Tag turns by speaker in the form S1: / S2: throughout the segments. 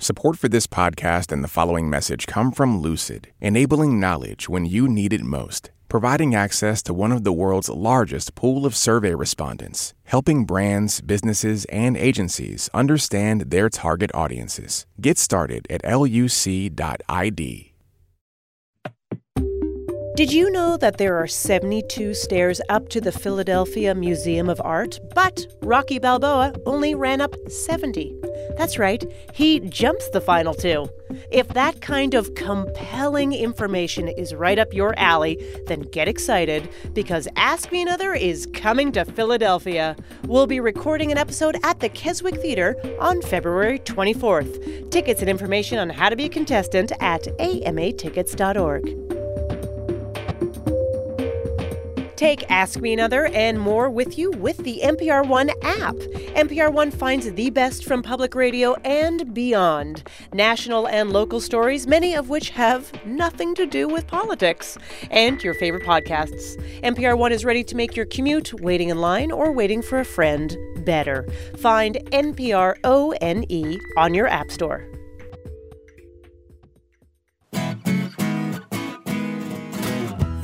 S1: Support for this podcast and the following message come from Lucid, enabling knowledge when you need it most, providing access to one of the world's largest pool of survey respondents, helping brands, businesses, and agencies understand their target audiences. Get started at luc.id.
S2: Did you know that there are 72 stairs up to the Philadelphia Museum of Art? But Rocky Balboa only ran up 70. That's right, he jumps the final two. If that kind of compelling information is right up your alley, then get excited because Ask Me Another is coming to Philadelphia. We'll be recording an episode at the Keswick Theater on February 24th. Tickets and information on how to be a contestant at amatickets.org. Take Ask Me Another and more with you with the NPR One app. NPR One finds the best from public radio and beyond. National and local stories, many of which have nothing to do with politics, and your favorite podcasts. NPR One is ready to make your commute, waiting in line, or waiting for a friend better. Find NPR O N E on your App Store.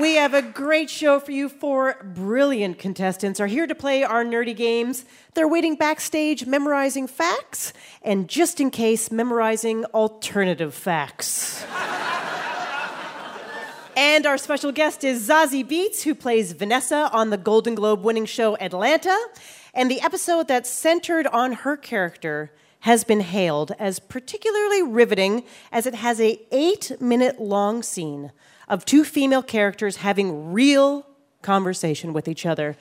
S2: We have a great show for you. Four brilliant contestants are here to play our nerdy games. They're waiting backstage, memorizing facts, and just in case, memorizing alternative facts. and our special guest is Zazie Beats, who plays Vanessa on the Golden Globe winning show Atlanta. And the episode that's centered on her character has been hailed as particularly riveting as it has a 8-minute long scene of two female characters having real conversation with each other,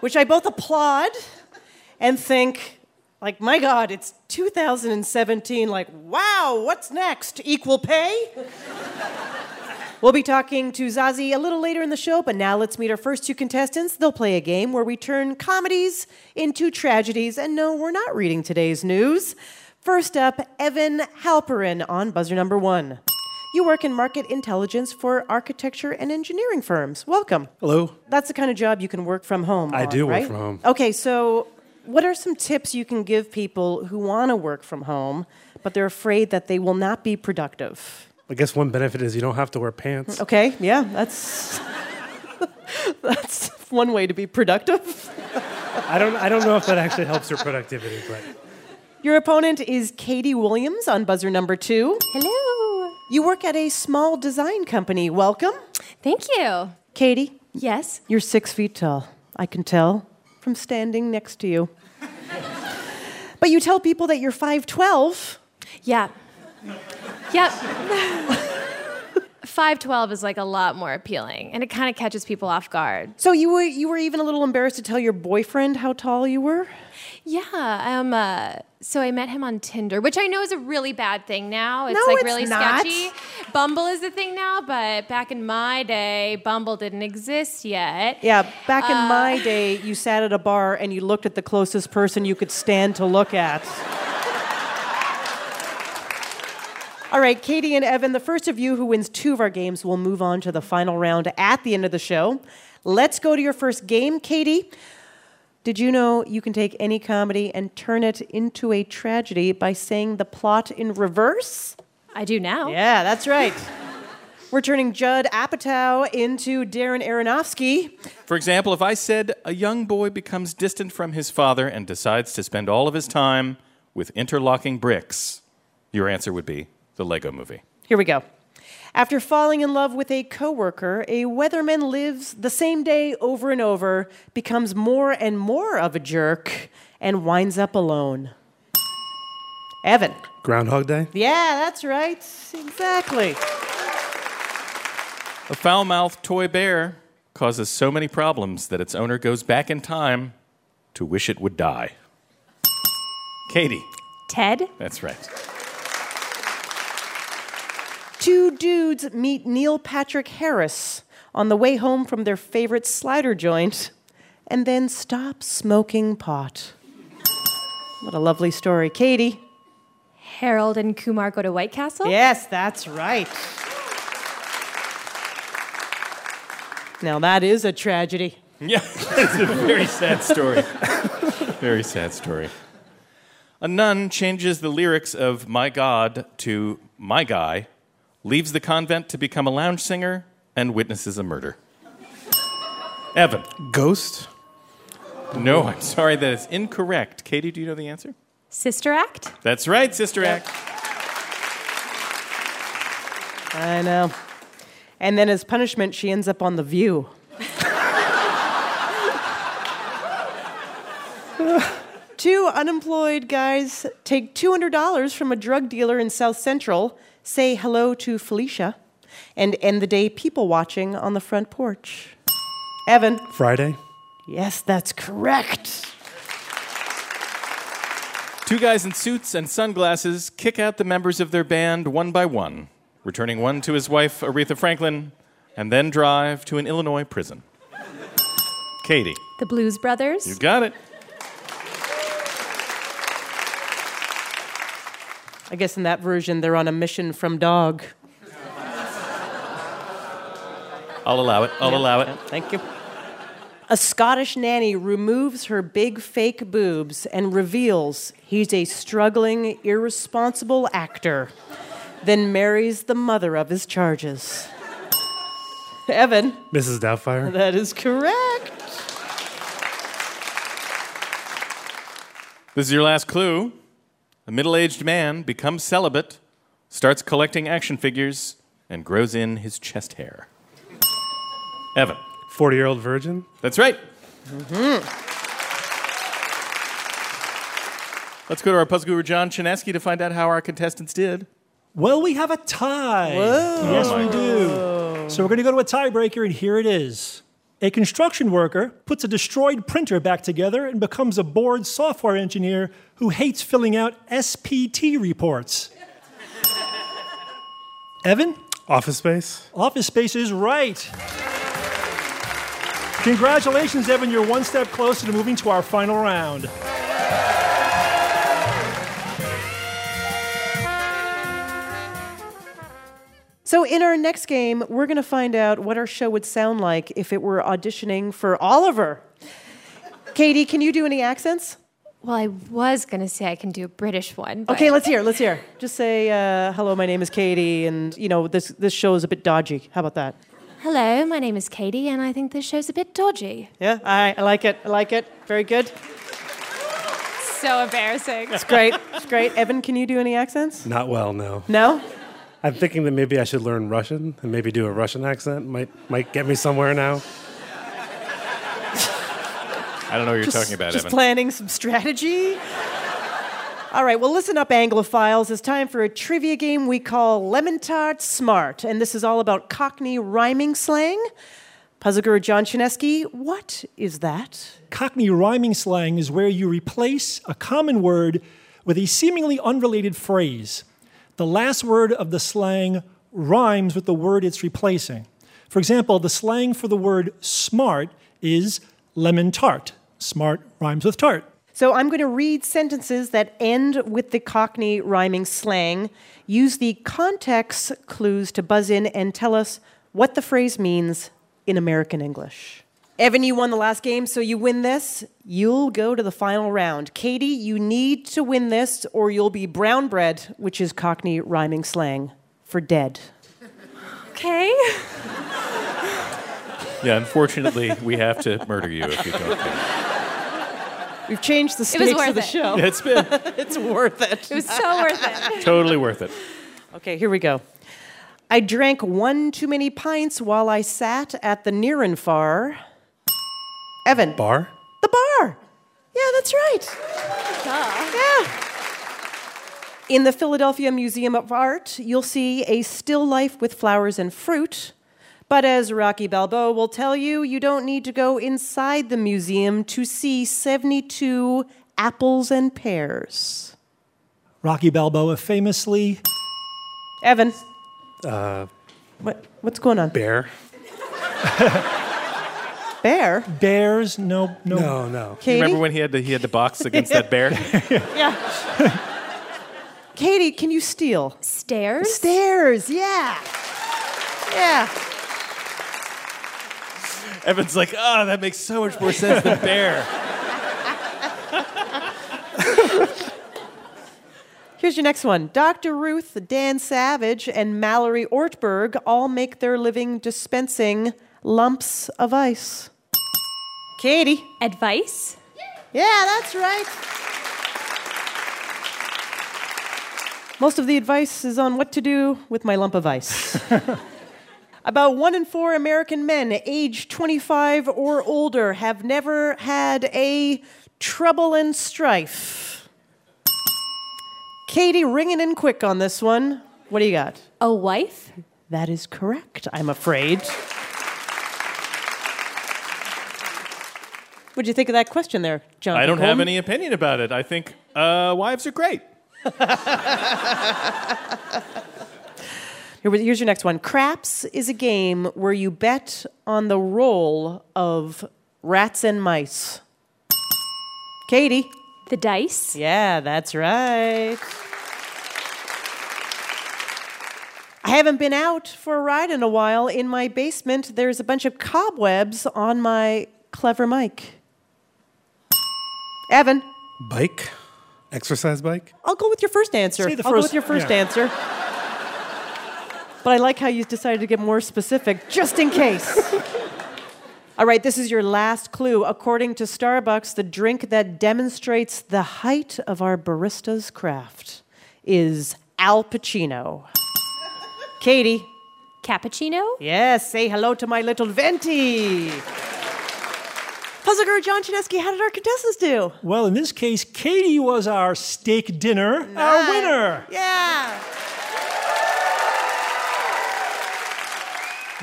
S2: which I both applaud and think, like, my God, it's 2017. Like, wow, what's next? Equal pay? we'll be talking to Zazie a little later in the show, but now let's meet our first two contestants. They'll play a game where we turn comedies into tragedies. And no, we're not reading today's news. First up, Evan Halperin on buzzer number one. You work in market intelligence for architecture and engineering firms. Welcome.
S3: Hello.
S2: That's the kind of job you can work from home.
S3: I
S2: on,
S3: do work
S2: right?
S3: from home.
S2: Okay, so what are some tips you can give people who want to work from home, but they're afraid that they will not be productive?
S3: I guess one benefit is you don't have to wear pants.
S2: Okay, yeah, that's that's one way to be productive.
S3: I don't. I don't know if that actually helps your productivity, but
S2: Your opponent is Katie Williams on buzzer number two.
S4: Hello.
S2: You work at a small design company. Welcome,
S4: Thank you.
S2: Katie.
S4: Yes.
S2: You're six feet tall. I can tell from standing next to you. but you tell people that you're 5'12.
S4: Yeah. Yep. 512 is like a lot more appealing and it kind of catches people off guard.
S2: So you were, you were even a little embarrassed to tell your boyfriend how tall you were?
S4: Yeah, um uh, so I met him on Tinder, which I know is a really bad thing now. It's
S2: No,
S4: like
S2: it's
S4: really
S2: not.
S4: sketchy. Bumble is the thing now, but back in my day, Bumble didn't exist yet.
S2: Yeah, back in my day, you sat at a bar and you looked at the closest person you could stand to look at. All right, Katie and Evan, the first of you who wins two of our games will move on to the final round at the end of the show. Let's go to your first game, Katie. Did you know you can take any comedy and turn it into a tragedy by saying the plot in reverse?
S4: I do now.
S2: Yeah, that's right. We're turning Judd Apatow into Darren Aronofsky.
S5: For example, if I said a young boy becomes distant from his father and decides to spend all of his time with interlocking bricks, your answer would be the Lego movie.
S2: Here we go. After falling in love with a coworker, a weatherman lives the same day over and over, becomes more and more of a jerk, and winds up alone. Evan.
S3: Groundhog Day.
S2: Yeah, that's right. Exactly.
S5: A foul mouthed toy bear causes so many problems that its owner goes back in time to wish it would die. Katie.
S4: Ted?
S5: That's right.
S2: Two dudes meet Neil Patrick Harris on the way home from their favorite slider joint and then stop smoking pot. What a lovely story, Katie.
S4: Harold and Kumar go to White Castle?
S2: Yes, that's right. Now that is a tragedy.
S5: Yeah, it's a very sad story. very sad story. A nun changes the lyrics of My God to My Guy, leaves the convent to become a lounge singer, and witnesses a murder. Evan.
S6: Ghost?
S5: No, I'm sorry, that is incorrect. Katie, do you know the answer?
S4: Sister Act?
S5: That's right, Sister Act.
S2: I know. And then as punishment, she ends up on The View. two unemployed guys take $200 from a drug dealer in South Central, say hello to Felicia, and end the day people watching on the front porch. Evan.
S3: Friday.
S2: Yes, that's correct.
S5: Two guys in suits and sunglasses kick out the members of their band one by one, returning one to his wife, Aretha Franklin, and then drive to an Illinois prison. Katie,
S4: The Blues Brothers?
S5: you got it.
S2: I guess in that version, they're on a mission from dog.
S5: I'll allow it. I'll allow it.
S2: Thank you. A Scottish nanny removes her big fake boobs and reveals he's a struggling, irresponsible actor, then marries the mother of his charges. Evan,
S3: Mrs. Doubtfire.
S2: that is correct.
S5: This is your last clue. A middle aged man becomes celibate, starts collecting action figures, and grows in his chest hair. Evan,
S3: 40 year old virgin.
S5: that's right. Let's go to our puzzle guru, John Chinesky, to find out how our contestants did.
S7: Well, we have a tie. Yes, we do. So we're going to go to a tiebreaker, and here it is. A construction worker puts a destroyed printer back together and becomes a bored software engineer who hates filling out SPT reports. Evan,
S3: Office Space.
S7: Office Space is right. Congratulations, Evan. You're one step closer to moving to our final round.
S2: So, in our next game, we're going to find out what our show would sound like if it were auditioning for Oliver. Katie, can you do any accents?
S4: Well, I was going to say I can do a British one. but-
S2: Okay, let's hear. Let's hear. Just say, uh, "Hello, my name is Katie," and you know this this show is a bit dodgy. How about that?
S4: Hello, my name is Katie, and I think this show's a bit dodgy.
S2: Yeah, all right. I like it. I like it. Very good.
S4: So embarrassing.
S2: It's great. It's great. Evan, can you do any accents?
S3: Not well, no.
S2: No.
S3: I'm thinking that maybe I should learn Russian and maybe do a Russian accent. Might might get me somewhere now.
S5: I don't know what you're talking about,
S2: just
S5: Evan.
S2: planning some strategy. All right, well, listen up, Anglophiles. It's time for a trivia game we call Lemon Tart Smart, and this is all about Cockney rhyming slang. Puzzle Guru John Chinesky, what is that?
S7: Cockney rhyming slang is where you replace a common word with a seemingly unrelated phrase. The last word of the slang rhymes with the word it's replacing. For example, the slang for the word smart is lemon tart. Smart rhymes with tart.
S2: So I'm going to read sentences that end with the Cockney rhyming slang. Use the context clues to buzz in and tell us what the phrase means in American English. Evan, you won the last game, so you win this. You'll go to the final round. Katie, you need to win this, or you'll be brown bread, which is Cockney rhyming slang for dead.
S4: Okay.
S5: Yeah, unfortunately, we have to murder you if you don't. do
S2: We've changed the
S4: was
S2: stakes of
S4: worth
S2: the
S4: it.
S2: show.
S5: it. It's been
S2: It's worth it.
S4: It was so worth it.
S5: totally worth it.
S2: Okay, here we go. I drank one too many pints while I sat at the Nirenfar. Evan.
S3: Bar?
S2: The bar. Yeah, that's right. Yeah. In the Philadelphia Museum of Art, you'll see a still life with flowers and fruit. But as Rocky Balboa will tell you, you don't need to go inside the museum to see 72 apples and pears.
S7: Rocky Balboa famously,
S2: Evan. Uh, what, what's going on?
S3: Bear?
S2: Bear?
S7: Bears, no, no.
S3: No, no.
S2: Katie?
S5: Remember when he had to he had to box against that bear?
S2: yeah. Katie, can you steal?
S4: Stairs?
S2: Stairs, yeah. Yeah.
S5: Evan's like, oh, that makes so much more sense than bear.
S2: Here's your next one. Dr. Ruth, Dan Savage, and Mallory Ortberg all make their living dispensing lumps of ice. Katie.
S4: Advice?
S2: Yeah, that's right. Most of the advice is on what to do with my lump of ice. About one in four American men aged 25 or older have never had a trouble and strife. Katie, ringing in quick on this one. What do you got?
S4: A wife?
S2: That is correct, I'm afraid. What'd you think of that question there, John?
S5: I don't have
S2: Colton?
S5: any opinion about it. I think uh, wives are great.
S2: Here- Here's your next one. Craps is a game where you bet on the roll of rats and mice. Katie.
S4: The dice?
S2: Yeah, that's right. I haven't been out for a ride in a while. In my basement, there's a bunch of cobwebs on my clever mic. Evan,
S3: Bike? Exercise bike?
S2: I'll go with your first answer.
S7: Say the
S2: I'll go
S7: first-
S2: with your first
S7: yeah.
S2: answer. But I like how you decided to get more specific just in case. All right, this is your last clue. According to Starbucks, the drink that demonstrates the height of our barista's craft is Al Pacino. Katie,
S4: Cappuccino?
S2: yes, say hello to my little venti. Puzzle Girl John Chinesky, how did our contestants do?
S7: Well, in this case, Katie was our steak dinner, our winner.
S2: Yeah.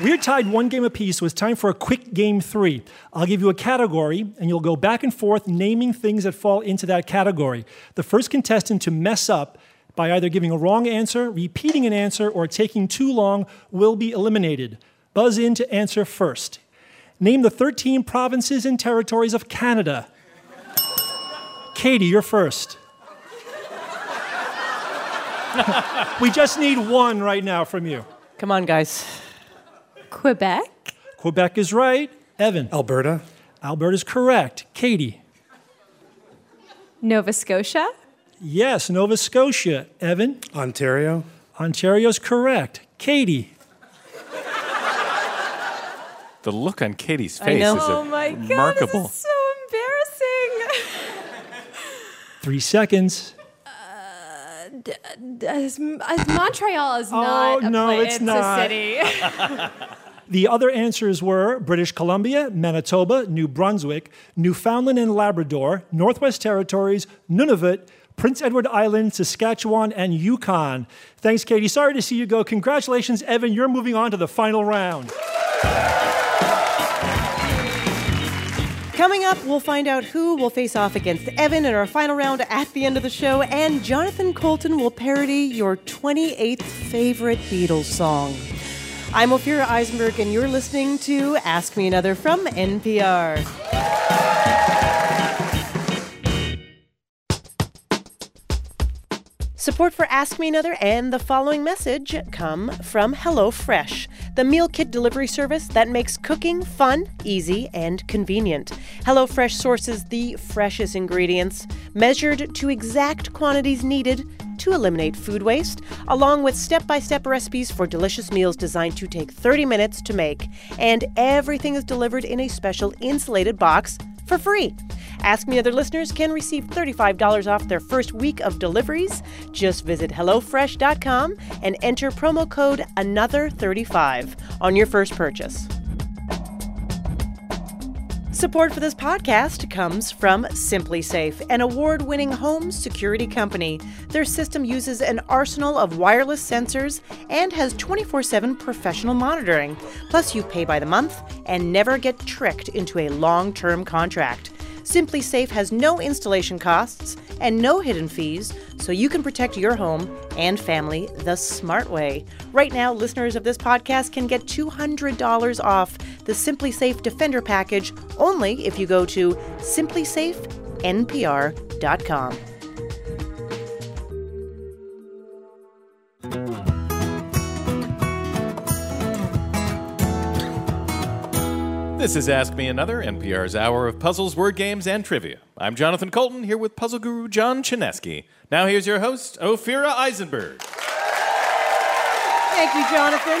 S7: We're tied one game apiece, so it's time for a quick game three. I'll give you a category, and you'll go back and forth naming things that fall into that category. The first contestant to mess up by either giving a wrong answer, repeating an answer, or taking too long will be eliminated. Buzz in to answer first. Name the 13 provinces and territories of Canada. Katie, you're first. we just need one right now from you.
S2: Come on, guys.
S4: Quebec?
S7: Quebec is right. Evan.
S3: Alberta?
S7: Albert is correct. Katie.
S4: Nova Scotia?
S7: Yes, Nova Scotia. Evan.
S3: Ontario?
S7: Ontario's correct. Katie.
S5: The look on Katie's
S2: I
S5: face
S2: know.
S5: is
S4: Oh my god,
S5: remarkable.
S4: this is so embarrassing.
S7: Three seconds.
S4: As, as Uh, Montreal is not a
S7: Oh, no,
S4: pla-
S7: it's not.
S4: a city.
S7: The other answers were British Columbia, Manitoba, New Brunswick, Newfoundland and Labrador, Northwest Territories, Nunavut, Prince Edward Island, Saskatchewan, and Yukon. Thanks, Katie. Sorry to see you go. Congratulations, Evan. You're moving on to the final round.
S2: Coming up, we'll find out who will face off against Evan in our final round at the end of the show, and Jonathan Colton will parody your 28th favorite Beatles song. I'm Ophira Eisenberg, and you're listening to Ask Me Another from NPR. Support for Ask Me Another and the following message come from HelloFresh, the meal kit delivery service that makes cooking fun, easy, and convenient. HelloFresh sources the freshest ingredients, measured to exact quantities needed to eliminate food waste, along with step by step recipes for delicious meals designed to take 30 minutes to make. And everything is delivered in a special insulated box for free. Ask Me Other listeners can receive $35 off their first week of deliveries. Just visit HelloFresh.com and enter promo code Another35 on your first purchase. Support for this podcast comes from Simply Safe, an award winning home security company. Their system uses an arsenal of wireless sensors and has 24 7 professional monitoring. Plus, you pay by the month and never get tricked into a long term contract. Simply Safe has no installation costs and no hidden fees, so you can protect your home and family the smart way. Right now, listeners of this podcast can get $200 off the Simply Safe Defender package only if you go to simplysafenpr.com.
S5: This is Ask Me Another, NPR's hour of puzzles, word games, and trivia. I'm Jonathan Colton, here with puzzle guru John Chinesky. Now here's your host, Ophira Eisenberg.
S2: Thank you, Jonathan.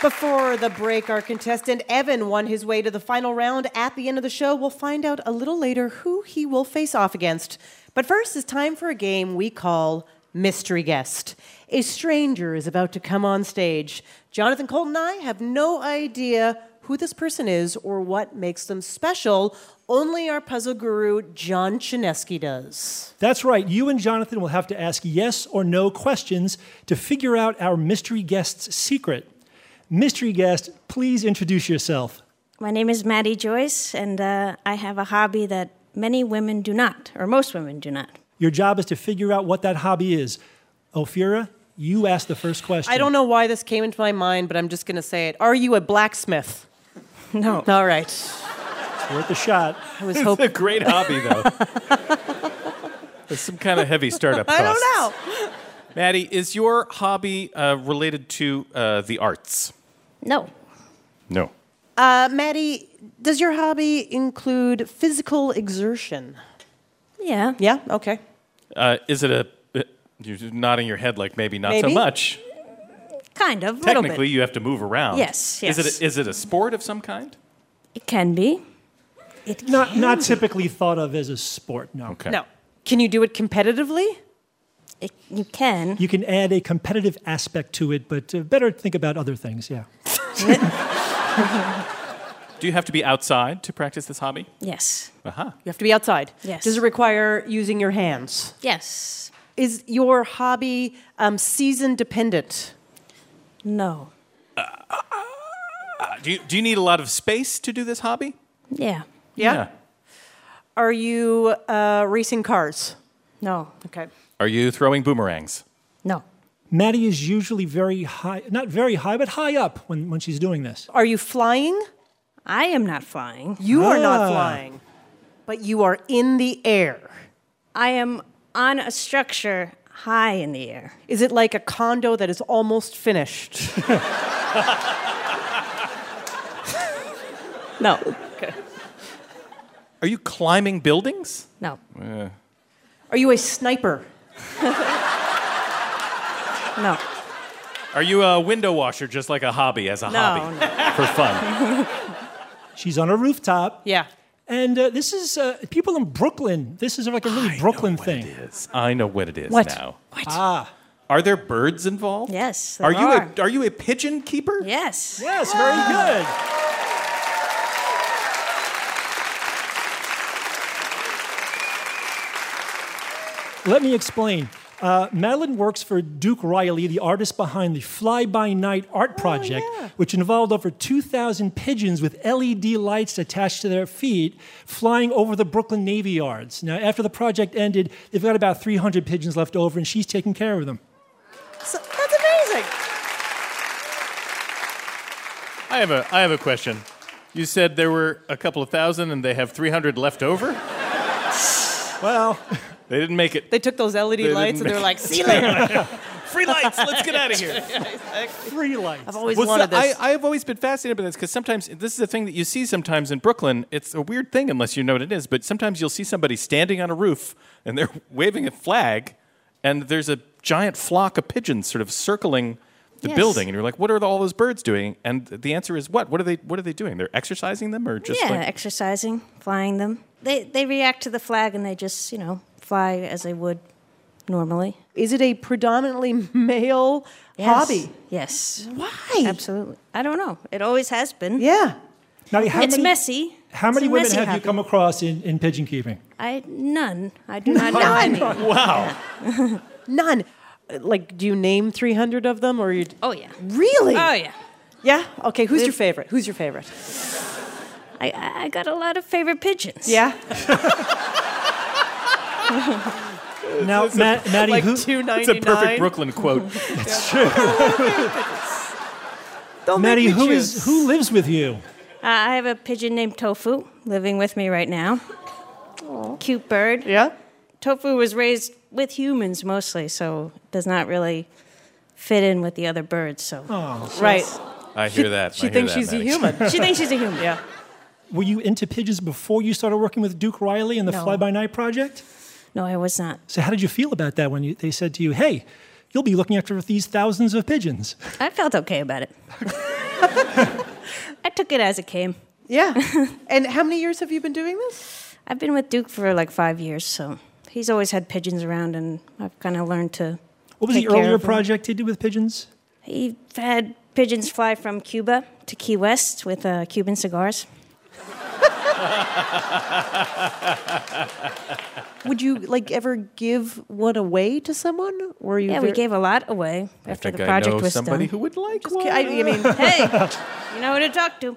S2: Before the break, our contestant Evan won his way to the final round. At the end of the show, we'll find out a little later who he will face off against. But first, it's time for a game we call Mystery Guest. A stranger is about to come on stage. Jonathan Colt and I have no idea who this person is or what makes them special. Only our puzzle guru, John Chinesky, does.
S7: That's right. You and Jonathan will have to ask yes or no questions to figure out our mystery guest's secret. Mystery guest, please introduce yourself.
S6: My name is Maddie Joyce, and uh, I have a hobby that many women do not, or most women do not.
S7: Your job is to figure out what that hobby is. Ophira, you ask the first question.
S2: I don't know why this came into my mind, but I'm just going to say it. Are you a blacksmith?
S6: No.
S2: All right.
S7: It's worth a shot.
S2: I was
S5: It's a
S2: hoping.
S5: great hobby, though. There's some kind of heavy startup cost.
S2: I don't know.
S5: Maddie, is your hobby uh, related to uh, the arts?
S6: No.
S5: No.
S2: Uh, Maddie, does your hobby include physical exertion?
S6: Yeah.
S2: Yeah. Okay.
S5: Uh, is it a. uh, You're just nodding your head like maybe not so
S2: Maybe.
S5: much.
S6: Kind of. little bit.
S5: Technically, you have to move around.
S6: Yes,
S5: Is
S6: yes.
S5: it, a, is it a sport of some kind?
S6: It can be. It
S7: Not, not typically thought of as a sport, no.
S5: Okay.
S2: No. Can you do it competitively?
S6: It, you can.
S7: You can add a competitive aspect to it, but uh, better think about other things, yeah.
S5: Do you have to be outside to practice this hobby?
S6: Yes.
S2: You have to be outside.
S6: Yes.
S2: Does it require using your hands?
S6: Yes.
S2: Is your hobby um, season dependent?
S6: No.
S5: Uh, do, you, do you need a lot of space to do this hobby?
S6: Yeah.
S2: Are you uh, racing cars?
S6: No.
S2: Okay.
S5: Are you throwing boomerangs?
S6: No.
S7: Maddie is usually very high, not very high, but high up when, when she's doing this.
S2: Are you flying?
S6: I am not flying.
S2: You are not
S7: Ah.
S2: flying, but you are in the air.
S6: I am on a structure high in the air.
S2: Is it like a condo that is almost finished?
S6: No.
S5: Are you climbing buildings?
S6: No.
S2: Are you a sniper?
S6: No.
S5: Are you a window washer just like a hobby as a hobby for fun?
S7: She's on a rooftop.
S2: Yeah.
S7: And uh, this is uh, people in Brooklyn. This is like a really Brooklyn thing.
S5: Yes, I know what it is
S7: What?
S5: now.
S7: Ah,
S5: Are there birds involved?
S6: Yes, there
S5: Are you
S6: are.
S5: a are you a pigeon keeper?
S6: Yes.
S7: yes, very good. Let me explain. Uh, Madeline works for Duke Riley, the artist behind the Fly By Night art project, which involved over 2,000 pigeons with LED lights attached to their feet flying over the Brooklyn Navy Yards. Now, after the project ended, they've got about 300 pigeons left over, and she's taking care of them.
S2: So, that's amazing.
S5: I have a I have a question. You said there were a couple of thousand and they have 300 left over?
S7: Well,
S5: They didn't make it.
S2: They took those LED
S5: didn't
S2: lights and
S5: make
S2: they're like, see you later.
S5: Free lights, let's get out of here.
S7: free lights.
S2: I've always
S5: Well,
S2: wanted
S5: so
S2: this.
S5: I, I've always been fascinated by this because sometimes this is a thing that you see sometimes in Brooklyn. It's a weird thing unless you know what it is, but sometimes you'll see somebody standing on a roof and they're waving a flag, and there's a giant flock of pigeons sort of circling the
S6: Yes.
S5: building, and you're like, "What are all those birds doing?" And the answer is, "What? What are they? What are they doing? They're exercising them, or just
S6: yeah,
S5: like,
S6: exercising, flying them. They they react to the flag and they just you know fly as they would normally.
S2: Is it a predominantly male
S6: Yes.
S2: hobby?
S6: Yes.
S2: Why?
S6: Absolutely. I don't know. It always has been.
S2: Yeah.
S7: Maddie, how
S6: It's
S7: many,
S6: messy.
S7: How many
S6: It's a
S7: women
S6: messy
S7: have you
S6: hobby.
S7: come across in, in pigeon keeping?
S6: I none. I do not know any.
S5: wow,
S2: None. Uh, Like, do you name 300 of them or you?
S6: Oh yeah.
S2: Really?
S6: Oh yeah.
S2: yeah. Okay. Who's your favorite? Who's your favorite?
S6: I, I I got a lot of favorite pigeons.
S2: Yeah,
S7: Now, Ma- Maddie,
S2: like
S7: who,
S2: two
S5: It's
S2: ninety
S5: a
S2: nine.
S5: perfect Brooklyn quote.
S2: Don't make
S7: Maddie,
S2: me
S7: who
S2: choose.
S7: is who lives with you?
S6: Uh, I have a pigeon named Tofu living with me right now. Cute bird.
S2: Yeah.
S6: Tofu was raised with humans mostly, so does not really fit in with the other birds. So
S2: Right.
S5: I hear that.
S2: She
S5: I hear
S2: thinks
S5: that,
S2: she's
S5: Maddie.
S2: a human.
S6: she thinks she's a human.
S2: yeah.
S7: Were you into pigeons before you started working with Duke Riley and the
S6: No.
S7: Fly By Night project?
S6: No, I was not.
S7: So, how did you feel about that when you, they said to you, "Hey, you'll be looking after these thousands of pigeons"?
S6: I felt okay about it. I took it as it came.
S2: Yeah. and how many years have you been doing this?
S6: I've been with Duke for like five years, so he's always had pigeons around, and I've kind of learned to.
S7: What was
S6: take
S7: the
S6: care
S7: earlier
S6: of them.
S7: project he did with pigeons?
S6: He had pigeons fly from Cuba to Key West with uh, Cuban cigars.
S2: Would you like ever give one away to someone? Were you?
S6: Yeah, we
S2: very-
S6: gave a lot away
S5: I
S6: after
S5: think
S6: the
S5: I
S6: project
S5: know
S6: was
S5: somebody
S6: done.
S5: who would like
S2: Just
S5: one.
S2: ki- I, I mean,
S6: hey, you know who to talk to.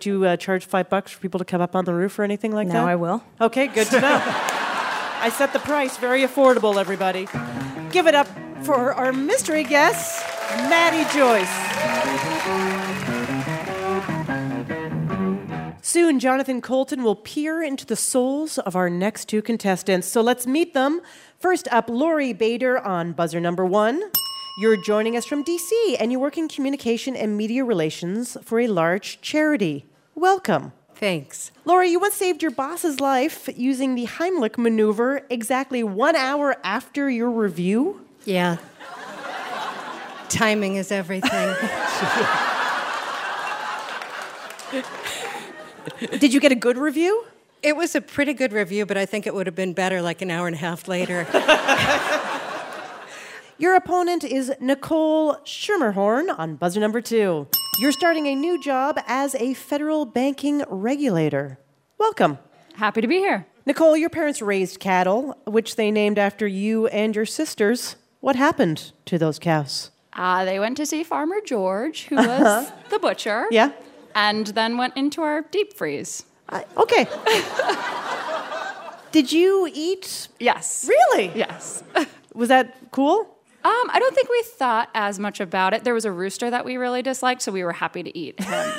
S2: do you uh, charge five bucks for people to come up on the roof or anything like that?
S6: Now I will.
S2: Okay, good to know. I set the price very affordable, everybody. Give it up for our mystery guest, Maddie Joyce. Soon, Jonathan Colton will peer into the souls of our next two contestants. So let's meet them. First up, Lori Bader on buzzer number one. You're joining us from DC and you work in communication and media relations for a large charity. Welcome.
S8: Thanks.
S2: Laura, you once saved your boss's life using the Heimlich maneuver exactly one hour after your review.
S8: Yeah. Timing is everything.
S2: Did you get a good review?
S8: it was a pretty good review, but I think it would have been better like an hour and a half later.
S2: Your opponent is Nicole Schirmerhorn on buzzer number two. You're starting a new job as a federal banking regulator. Welcome.
S4: Happy to be here.
S2: Nicole, your parents raised cattle, which they named after you and your sisters. What happened to those cows?
S9: Uh, they went to see Farmer George, who was
S8: Uh-huh.
S9: the butcher.
S2: Yeah.
S9: And then went into our deep freeze.
S2: I, okay. Did you eat?
S9: Yes.
S2: Really?
S9: Yes.
S2: Was that cool?
S9: Um, I don't think we thought as much about it. There was a rooster that we really disliked, so we were happy to eat him.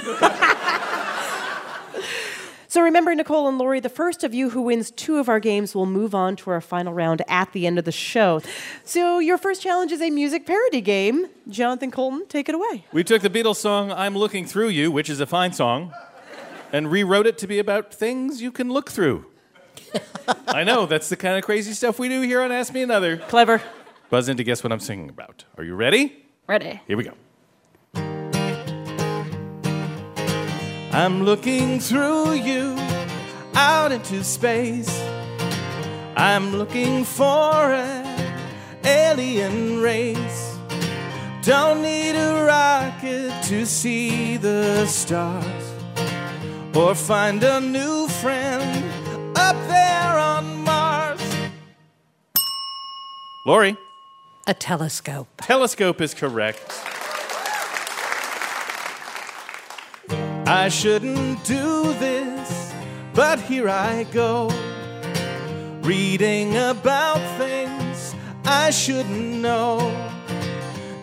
S2: So remember, Nicole and Lori, the first of you who wins two of our games will move on to our final round at the end of the show. So your first challenge is a music parody game. Jonathan Colton, take it away.
S5: We took the Beatles song I'm Looking Through You, which is a fine song, and rewrote it to be about things you can look through. I know, that's the kind of crazy stuff we do here on Ask Me Another.
S2: Clever.
S5: Buzz in to guess what I'm singing about. Are you ready?
S9: Ready?
S5: Here we go. I'm looking through you out into space. I'm looking for an alien race. Don't need a rocket to see the stars or find a new friend up there on Mars. Lori,
S8: a telescope.
S5: telescope is correct. I shouldn't do this, but here I go. Reading about things I shouldn't know.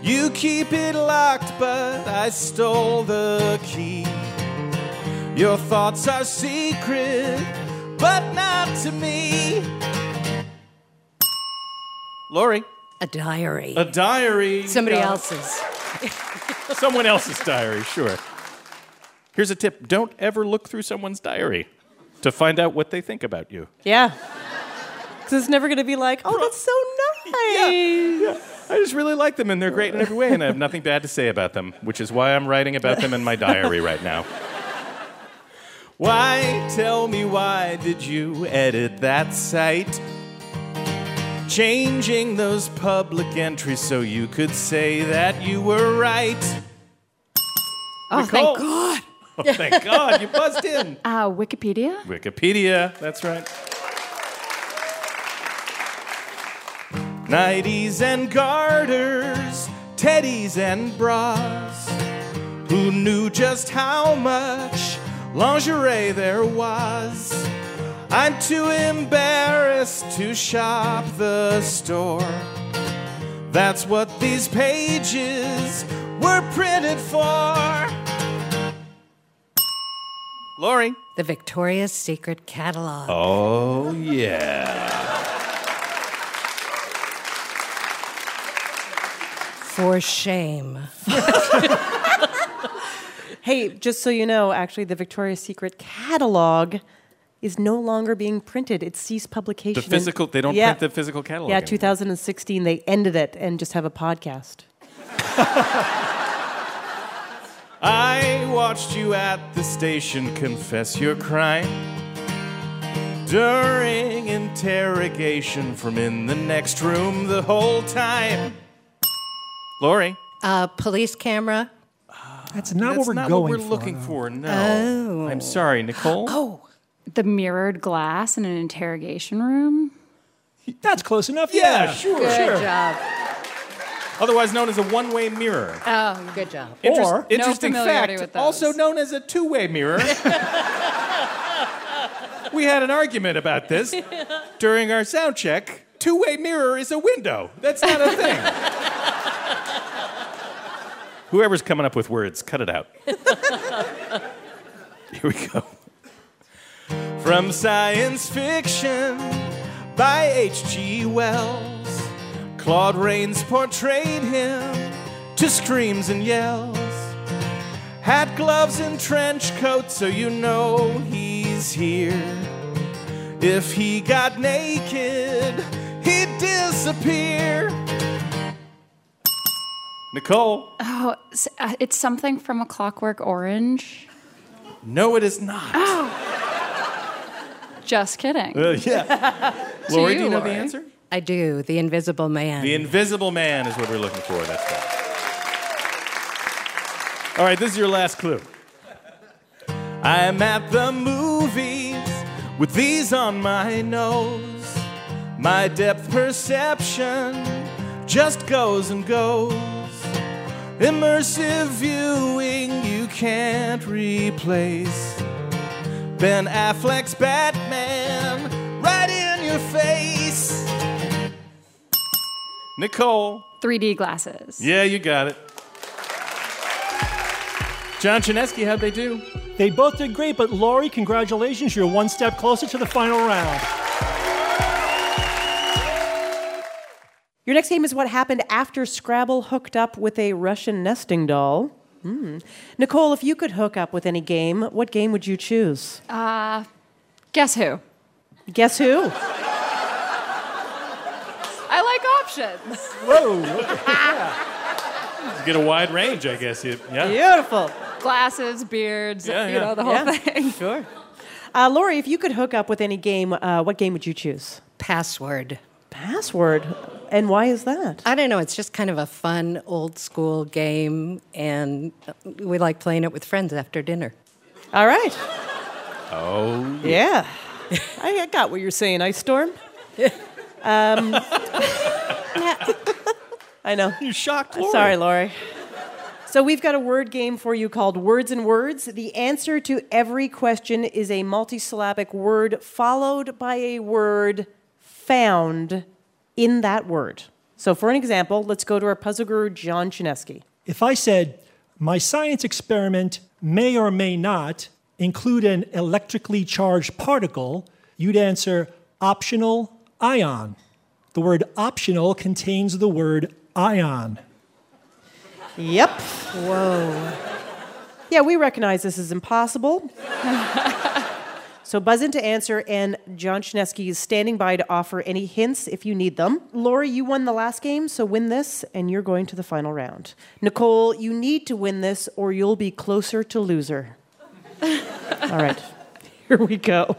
S5: You keep it locked, but I stole the key. Your thoughts are secret, but not to me. Lori.
S8: A diary.
S5: A diary.
S8: Somebody
S5: Yeah.
S8: else's.
S5: Someone else's diary, sure. Here's a tip don't ever look through someone's diary to find out what they think about you.
S2: Yeah. Because it's never going to be like, oh, that's so nice.
S5: I just really like them and they're great in every way, and I have nothing bad to say about them, which is why I'm writing about them in my diary right now. Why, tell me, why did you edit that site? Changing those public entries so you could say that you were right.
S8: Oh,
S5: Nicole.
S8: thank God.
S5: Oh, thank God you buzzed in.
S9: Uh, Wikipedia?
S5: Wikipedia, that's right. 90s and garters, teddies and bras. Who knew just how much
S10: lingerie there was. I'm too embarrassed to shop the store. That's what these pages were printed for. Lori.
S8: The Victoria's Secret catalog.
S5: Oh, yeah.
S8: For shame.
S2: Hey, just so you know, actually, the Victoria's Secret catalog is no longer being printed. It ceased publication.
S5: The
S2: in-
S5: physical- they don't
S2: Yeah.
S5: print the physical catalog
S2: Yeah,
S5: anymore.
S2: 2016, they ended it and just have a podcast.
S10: I watched you at the station confess your crime during interrogation from in the next room the whole time. Lori.
S8: Uh, police camera.
S7: That's not
S5: That's
S7: what we're
S5: not
S7: going
S5: what we're
S7: for.
S5: looking for. No.
S8: Oh.
S5: I'm sorry, Nicole.
S8: Oh.
S9: The mirrored glass in an interrogation room.
S7: That's close enough.
S5: Yeah,
S7: Yeah,
S5: sure,
S7: sure.
S8: job.
S5: Otherwise known as a one-way mirror.
S8: Oh, good job.
S5: Interest-
S7: Or- No
S5: interesting
S9: familiarity
S5: fact,
S9: with those.
S5: also known as a two-way mirror. we had an argument about this during our sound check. Two-way mirror is a window. That's not a thing. Whoever's coming up with words, cut it out. Here we go.
S10: From science fiction by H.G. Wells, Claude Rains portrayed him to screams and yells. Hat gloves and trench coat, so you know he's here. If he got naked, he'd disappear.
S5: Nicole.
S9: Oh, s- uh, it's something from A Clockwork Orange.
S5: No, it is not.
S9: Just kidding.
S5: Uh, yeah. Lori,
S9: you,
S5: do you know
S9: Lori.
S5: the answer?
S8: I do. The Invisible Man.
S5: The Invisible Man is what we're looking for. That's that. All right, this is your last clue.
S10: I'm at the movies with these on my nose. My depth perception just goes and goes. Immersive viewing you can't replace. Ben Affleck's Batman right in your face.
S5: Nicole.
S9: 3D glasses.
S5: Yeah, you got it. John Chinesky, how'd they do?
S7: They both did great, but Lori, congratulations. You're one step closer to the final round.
S2: Your next game is what happened after Scrabble hooked up with a Russian nesting doll. Hmm. Nicole, if you could hook up with any game, what game would you choose?
S9: Uh, guess who?
S2: Guess who?
S9: I like options.
S5: You get a wide range, I guess. You- Yeah.
S2: Beautiful.
S9: Glasses, beards,
S5: Yeah,
S9: you
S5: yeah.
S9: know, the whole
S2: Yeah.
S9: thing.
S2: Sure. Uh, Lori, if you could hook up with any game, uh, what game would you choose?
S8: Password.
S2: Password. And why is that?
S8: I don't know. It's just kind of a fun old school game, and we like playing it with friends after dinner.
S2: All right. Oh. Yeah. I I got what you're saying, Ice Storm. Um, yeah. Um, I know.
S5: You shocked Lori.
S2: Sorry, Lori. So we've got a word game for you called Words and Words. The answer to every question is a multisyllabic word followed by a word found in that word. So for an example, let's go to our puzzle guru John Chinesky.
S7: If I said, my science experiment may or may not include an electrically charged particle, you'd answer optional ion. The word optional contains the word ion.
S2: Yep. Whoa. Yeah, we recognize this is impossible. so buzz in to answer, and John Chinesky is standing by to offer any hints if you need them. Lori, you won the last game, so win this, and you're going to the final round. Nicole, you need to win this, or you'll be closer to loser. All right, here we go.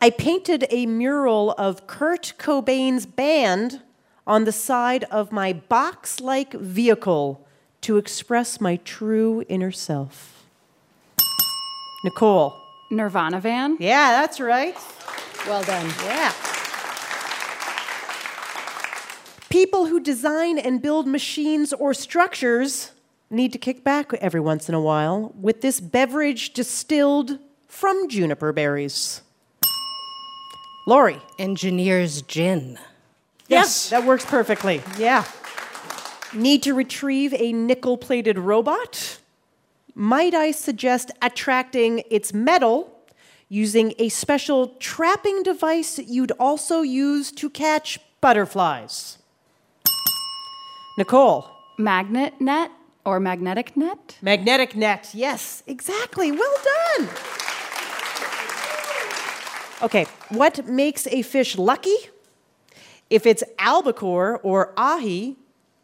S2: I painted a mural of Kurt Cobain's band on the side of my box like vehicle to express my true inner self. Nicole.
S9: Nirvana van.
S2: Yeah, that's right.
S8: Mm-hmm. Well done.
S2: Yeah. People who design and build machines or structures need to kick back every once in a while with this beverage distilled from juniper berries. Lori.
S8: Engineer's gin.
S2: Yes. that works perfectly. Yeah. Need to retrieve a nickel plated robot? Might I suggest attracting its metal using a special trapping device you'd also use to catch butterflies? Nicole.
S9: Magnet net or magnetic net?
S2: Magnetic net, yes, exactly. Well done. Okay, what makes a fish lucky? If it's albacore or ahi,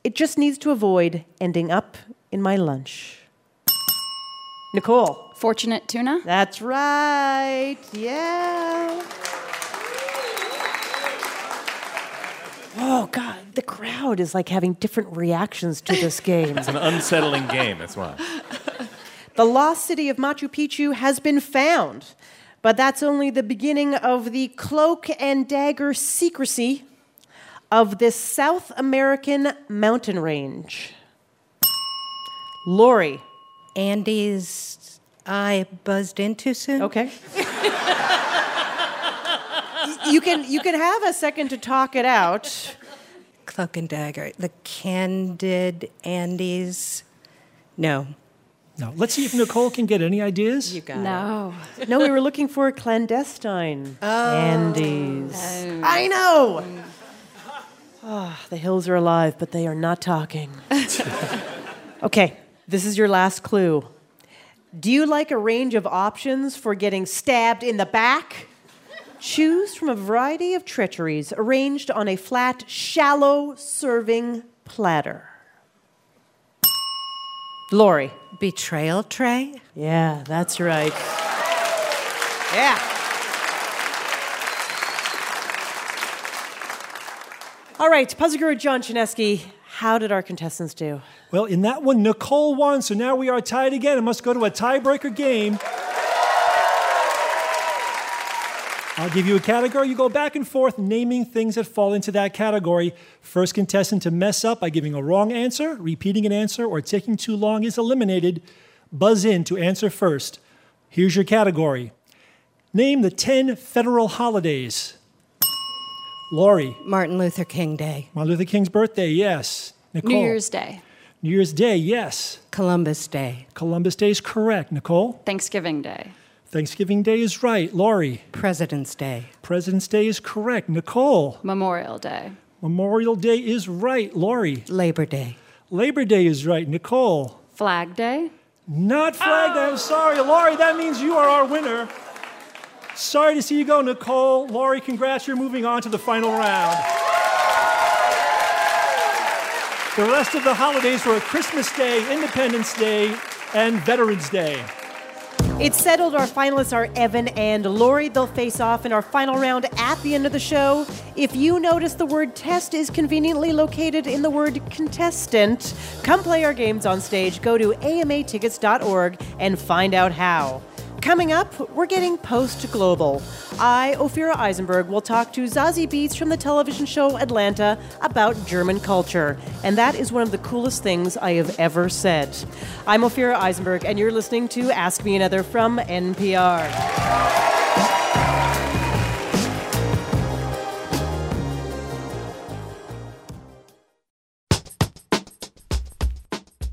S2: it just needs to avoid ending up in my lunch. Nicole.
S9: Fortunate tuna?
S2: That's right, yeah. Oh, God, the crowd is like having different reactions to this game.
S5: It's an unsettling game, that's why.
S2: The lost city of Machu Picchu has been found, but that's only the beginning of the cloak and dagger secrecy of this South American mountain range. Lori.
S8: Andy's eye buzzed in too soon.
S2: Okay. You can you can have a second to talk it out.
S8: Cloak and dagger. The candid Andy's. No.
S7: No. Let's see if Nicole can get any ideas. You
S8: got
S9: No.
S2: No, we were looking for clandestine
S8: Oh.
S2: Andes. I know. Ah, the hills are alive, but they are not talking. okay, this is your last clue. Do you like a range of options for getting stabbed in the back? Choose from a variety of treacheries arranged on a flat, shallow serving platter. Lori.
S8: Betrayal tray?
S2: Yeah, that's right. Yeah. All right, Puzzle Guru John Chinesky, how did our contestants do?
S7: Well, in that one, Nicole won, so now we are tied again and must go to a tiebreaker game. I'll give you a category. You go back and forth naming things that fall into that category. First contestant to mess up by giving a wrong answer, repeating an answer, or taking too long is eliminated. Buzz in to answer first. Here's your category Name the 10 federal holidays. Lori.
S8: Martin Luther King Day.
S7: Martin Luther King's birthday, yes. Nicole.
S9: New Year's Day.
S7: New Year's Day, yes.
S8: Columbus Day.
S7: Columbus Day is correct, Nicole.
S9: Thanksgiving Day.
S7: Thanksgiving Day is right, Laurie.
S8: President's Day.
S7: President's Day is correct, Nicole.
S9: Memorial Day.
S7: Memorial Day is right, Laurie.
S8: Labor Day.
S7: Labor Day is right, Nicole.
S9: Flag Day.
S7: Not flagged, I'm sorry, Laurie. That means you are our winner. Sorry to see you go, Nicole. Laurie, congrats, you're moving on to the final round. The rest of the holidays were Christmas Day, Independence Day, and Veterans Day.
S2: It's settled. Our finalists are Evan and Lori. They'll face off in our final round at the end of the show. If you notice the word test is conveniently located in the word contestant, come play our games on stage. Go to amatickets.org and find out how. Coming up, we're getting post global. I, Ophira Eisenberg, will talk to Zazie Beats from the television show Atlanta about German culture. And that is one of the coolest things I have ever said. I'm Ophira Eisenberg, and you're listening to Ask Me Another from NPR.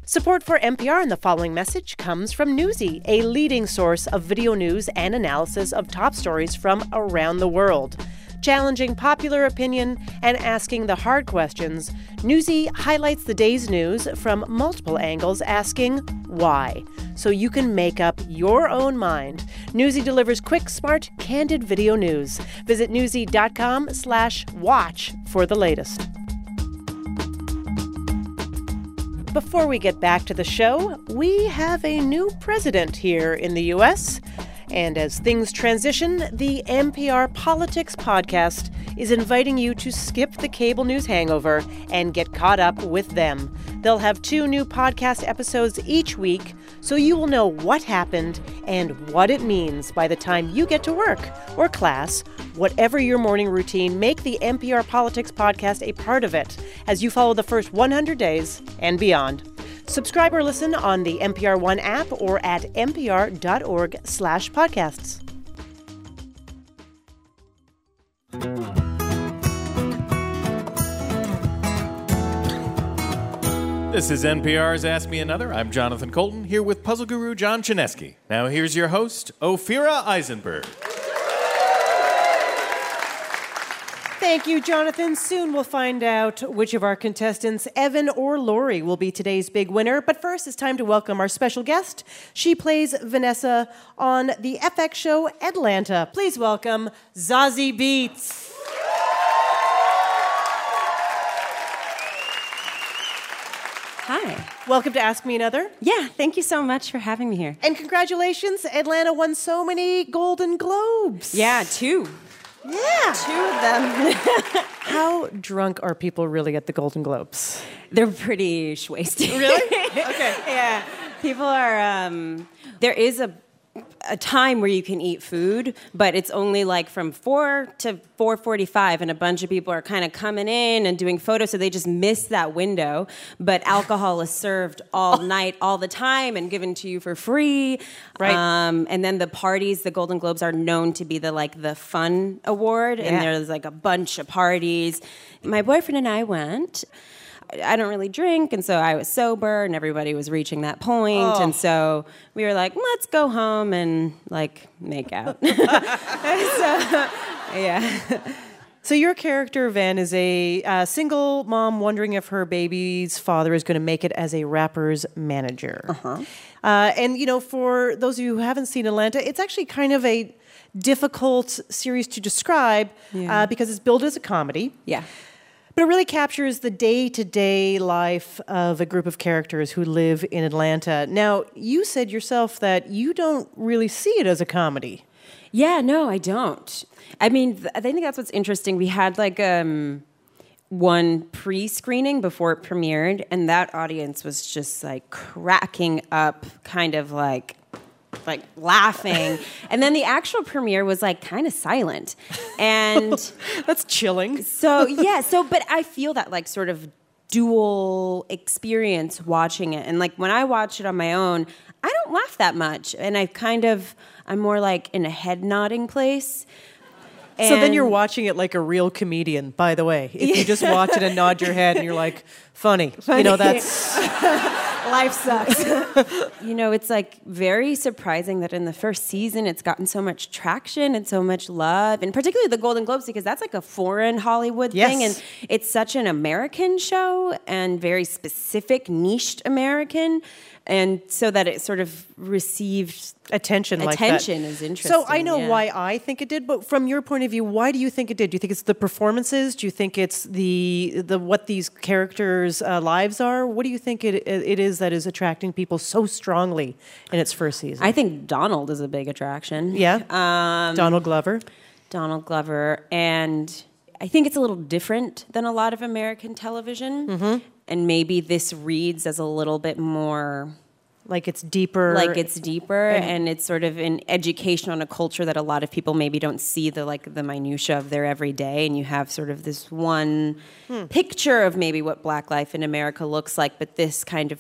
S2: Support for NPR and the following message comes from Newsy, a leading source of video news and analysis of top stories from around the world. Challenging popular opinion and asking the hard questions, Newsy highlights the day's news from multiple angles, asking why, so you can make up your own mind. Newsy delivers quick, smart, candid video news. Visit newsy.com slash watch for the latest. Before we get back to the show, we have a new president here in the U.S. And as things transition, the NPR Politics Podcast is inviting you to skip the cable news hangover and get caught up with them. They'll have two new podcast episodes each week, so you will know what happened and what it means by the time you get to work or class. Whatever your morning routine, make the NPR Politics Podcast a part of it as you follow the first 100 days and beyond. Subscribe or listen on the NPR One app or at npr.org slash podcasts.
S5: This is NPR's Ask Me Another. I'm Jonathan Colton, here with puzzle guru John Chinesky. Now, here's your host, Ophira Eisenberg.
S2: Thank you, Jonathan. Soon we'll find out which of our contestants, Evan or Lori, will be today's big winner. But first, it's time to welcome our special guest. She plays Vanessa on the FX show Atlanta. Please welcome Zazie Beats.
S11: Hi.
S2: Welcome to Ask Me Another.
S11: Yeah, thank you so much for having me here.
S2: And congratulations, Atlanta won so many Golden Globes.
S11: Yeah, two.
S2: Yeah.
S11: Two of them.
S2: How drunk are people really at the Golden Globes?
S11: They're pretty wasted.
S2: Really? Okay.
S11: yeah. People are, um, there is a, a time where you can eat food, but it's only like from 4 to 4:45 and a bunch of people are kind of coming in and doing photos so they just miss that window, but alcohol is served all night all the time and given to you for free.
S2: Right.
S11: Um, and then the parties, the Golden Globes are known to be the like the fun award
S2: Yeah.
S11: and there's like a bunch of parties. My boyfriend and I went I don't really drink, and so I was sober, and everybody was reaching that point,
S2: Oh.
S11: and so we were like, let's go home and like make out. yeah.
S2: So your character Van is a uh, single mom wondering if her baby's father is going to make it as a rapper's manager. Uh-huh. and you know, for those of you who haven't seen Atlanta, it's actually kind of a difficult series to describe
S11: Yeah.
S2: uh, because it's billed as a comedy.
S11: Yeah.
S2: But it really captures the day to day life of a group of characters who live in Atlanta. Now, you said yourself that you don't really see it as a comedy.
S11: Yeah, no, I don't. I mean, th- I think that's what's interesting. We had like um, one pre screening before it premiered, and that audience was just like cracking up, kind of like. Like laughing, and then the actual premiere was like kind of silent, and
S2: that's chilling.
S11: So yeah, so but I feel that like sort of dual experience watching it, and like when I watch it on my own, I don't laugh that much, and I kind of I'm more like in a head nodding place.
S2: so then
S11: And-
S2: you're watching it like a real comedian, by the way. If you just watch it and nod your head and you're like, funny. You know, that's.
S11: Life sucks. you know, it's like very surprising that in the first season it's gotten so much traction and so much love, and particularly the Golden Globes because that's like a foreign Hollywood
S2: Yes.
S11: thing, and it's such an American show and very specific, niched American, and so that it sort of received
S2: attention. like that.
S11: Attention is interesting.
S2: So I know
S11: yeah.
S2: why I think it did, but from your point of view, why do you think it did? Do you think it's the performances? Do you think it's the the what these characters' uh, lives are? What do you think it it is that is attracting people so strongly in its first season?
S11: I think Donald is a big attraction.
S2: Yeah.
S11: Um,
S2: Donald Glover.
S11: Donald Glover. And I think it's a little different than a lot of American television.
S2: Mhm.
S11: And maybe this reads as a little bit more.
S2: Like it's deeper.
S11: Like it's deeper,
S2: Er, and-
S11: and it's sort of an education on a culture that a lot of people maybe don't see the like the minutia of their everyday, and you have sort of this one
S2: Hmm.
S11: picture of maybe what Black life in America looks like, but this kind of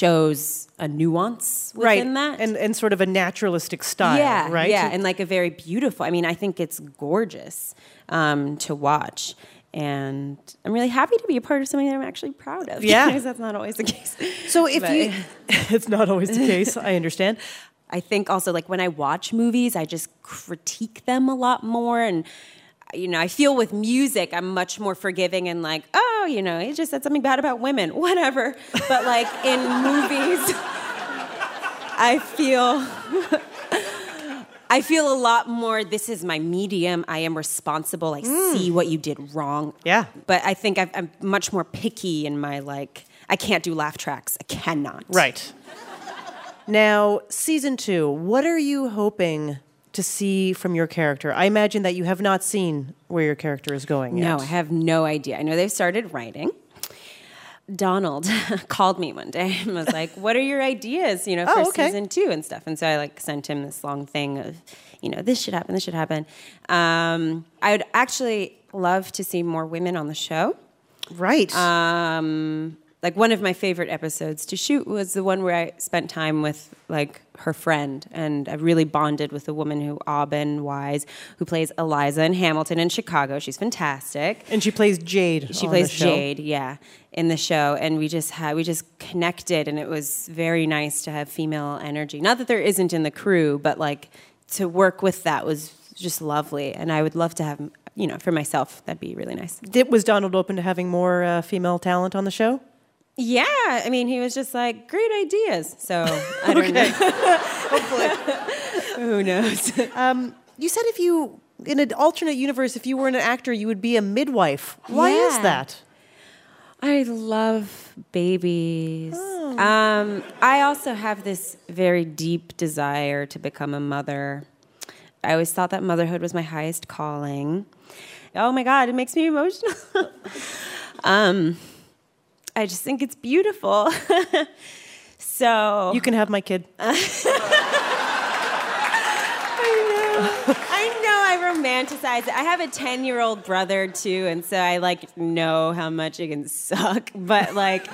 S11: shows a nuance
S2: right
S11: within that.
S2: and and sort of a naturalistic style.
S11: Yeah,
S2: right.
S11: Yeah, and like a very beautiful. I mean, I think it's gorgeous um, to watch, and I'm really happy to be a part of something that I'm actually proud of.
S2: Yeah.
S11: because that's not always the case.
S2: So if
S11: But-
S2: you, it's not always the case. I understand.
S11: I think also like when I watch movies, I just critique them a lot more and you know, I feel with music, I'm much more forgiving and like, oh, you know, he just said something bad about women, whatever. But like in movies, I feel I feel a lot more this is my medium. Um, I am responsible. I see what you did wrong.
S2: Yeah.
S11: But I think I've, I'm much more picky in my like I can't do laugh tracks. I cannot.
S2: Right. Now, season two, what are you hoping to see from your character? I imagine that you have not seen where your character is going yet.
S11: No, I have no idea. I know they've started writing. Donald called me one day and was like, "What are your ideas, you know, for
S2: Oh, okay.
S11: season two and stuff?" And so I like sent him this long thing of, you know, this should happen, this should happen. Um, I would
S2: Uh,
S11: actually love to see more women on the show,
S2: right?
S11: Um, like one of my favorite episodes to shoot was the one where I spent time with like her friend and I really bonded with the woman who Aubin Wise who plays Eliza in Hamilton in Chicago. She's fantastic.
S2: And she plays Jade.
S11: She
S2: on
S11: plays
S2: the show.
S11: Jade, yeah, in the show and we just had we just connected and it was very nice to have female energy. Not that there isn't in the crew, but like to work with that was just lovely and I would love to have you know, for myself, that'd be really nice.
S2: Did, was Donald open to having more uh, female talent on the show?
S11: Yeah, I mean, he was just like, great ideas. So I don't know. Hopefully. Who knows?
S2: Um, you said if you, in an alternate universe, if you were an actor, you would be a midwife. Why is
S11: Yeah.
S2: that?
S11: I love babies. Um, I also have this very deep desire to become a mother. I always thought that motherhood was my highest calling. Oh my God, it makes me emotional. um, I just think it's beautiful. so.
S2: You can have my kid.
S11: I know I romanticize it. I have a 10 year old brother too, and so I like know how much it can suck, but like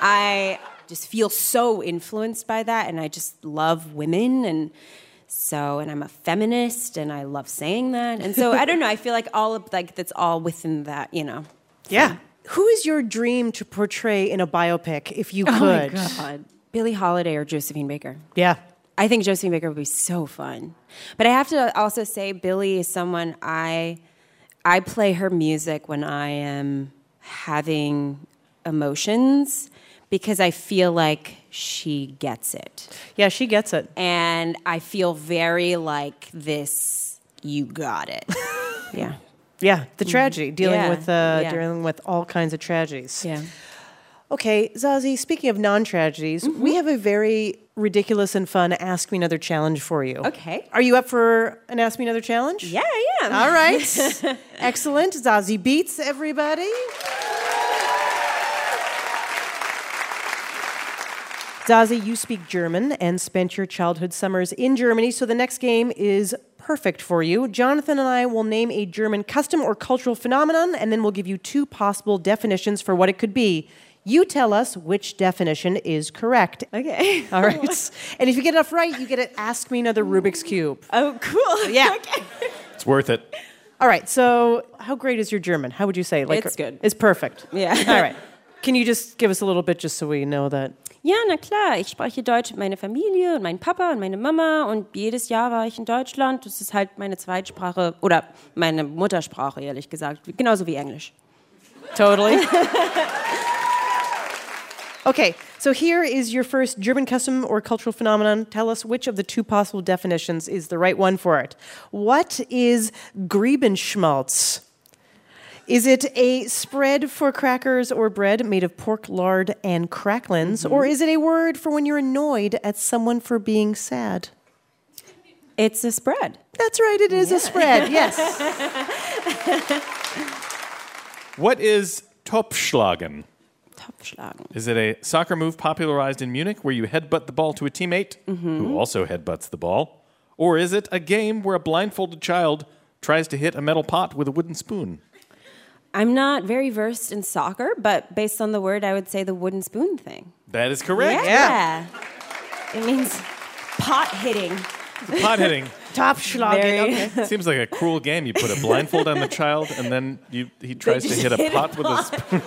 S11: I just feel so influenced by that, and I just love women and so and i'm a feminist and i love saying that and so i don't know i feel like all of like that's all within that you know
S2: Yeah. Who is your dream to portray in a biopic if you
S11: Oh my
S2: could?
S11: God. Billie Holiday or Josephine Baker.
S2: Yeah.
S11: I think Josephine Baker would be so fun. But I have to also say Billie is someone I I play her music when I am having emotions because I feel like she gets it.
S2: Yeah, she gets it.
S11: And I feel very like this you got it. yeah.
S2: Yeah, the tragedy, dealing
S11: Mm, Yeah,
S2: with uh,
S11: yeah.
S2: dealing with all kinds of tragedies.
S11: Yeah.
S2: Okay, Zazie. Speaking of non-tragedies,
S11: Mm-hmm.
S2: we have a very ridiculous and fun Ask Me Another challenge for you.
S11: Okay.
S2: Are you up for an Ask Me Another challenge?
S11: Yeah, I am.
S2: All right. Excellent. Zazie beats everybody. Zazie, you speak German and spent your childhood summers in Germany, so the next game is perfect for you. Jonathan and I will name a German custom or cultural phenomenon, and then we'll give you two possible definitions for what it could be. You tell us which definition is correct.
S11: Okay.
S2: All right. and if you get enough right, you get to ask me another Rubik's Cube.
S11: Oh, cool. Yeah.
S5: It's worth it.
S2: All right. So, how great is your German? How would you say?
S11: It's good.
S2: It's perfect.
S11: Yeah.
S2: All right. Can you just give us a little bit just so we know that?
S11: Ja, na klar, ich spreche Deutsch mit meiner Familie und meinem Papa und meiner Mama und jedes Jahr war ich in Deutschland. Das ist halt meine Zweitsprache oder meine Muttersprache, ehrlich gesagt, genauso wie Englisch.
S2: Totally. Okay. So here is your first German custom or cultural phenomenon. Tell us which of the two possible definitions is the right one for it. What is Griebenschmaltz? Is it a spread for crackers or bread made of pork lard and cracklins, or is it a word for when you're annoyed at someone for being sad?
S11: It's a spread.
S2: That's right, it is a spread, yes.
S5: What is Topschlagen?
S11: Topfschlagen.
S5: Is it a soccer move popularized in Munich where you headbutt the ball to a teammate
S11: Mm-hmm.
S5: who also headbutts the ball? Or is it a game where a blindfolded child tries to hit a metal pot with a wooden spoon?
S11: I'm not very versed in soccer, but based on the word, I would say the wooden spoon thing.
S5: That is correct.
S11: Yeah. It means pot hitting.
S5: Pot hitting.
S2: Top
S11: Very-
S5: Seems like a cruel game. You put a blindfold on the child, and then you, he tries to
S11: just
S5: hit a
S11: hit a
S5: pot with a spoon.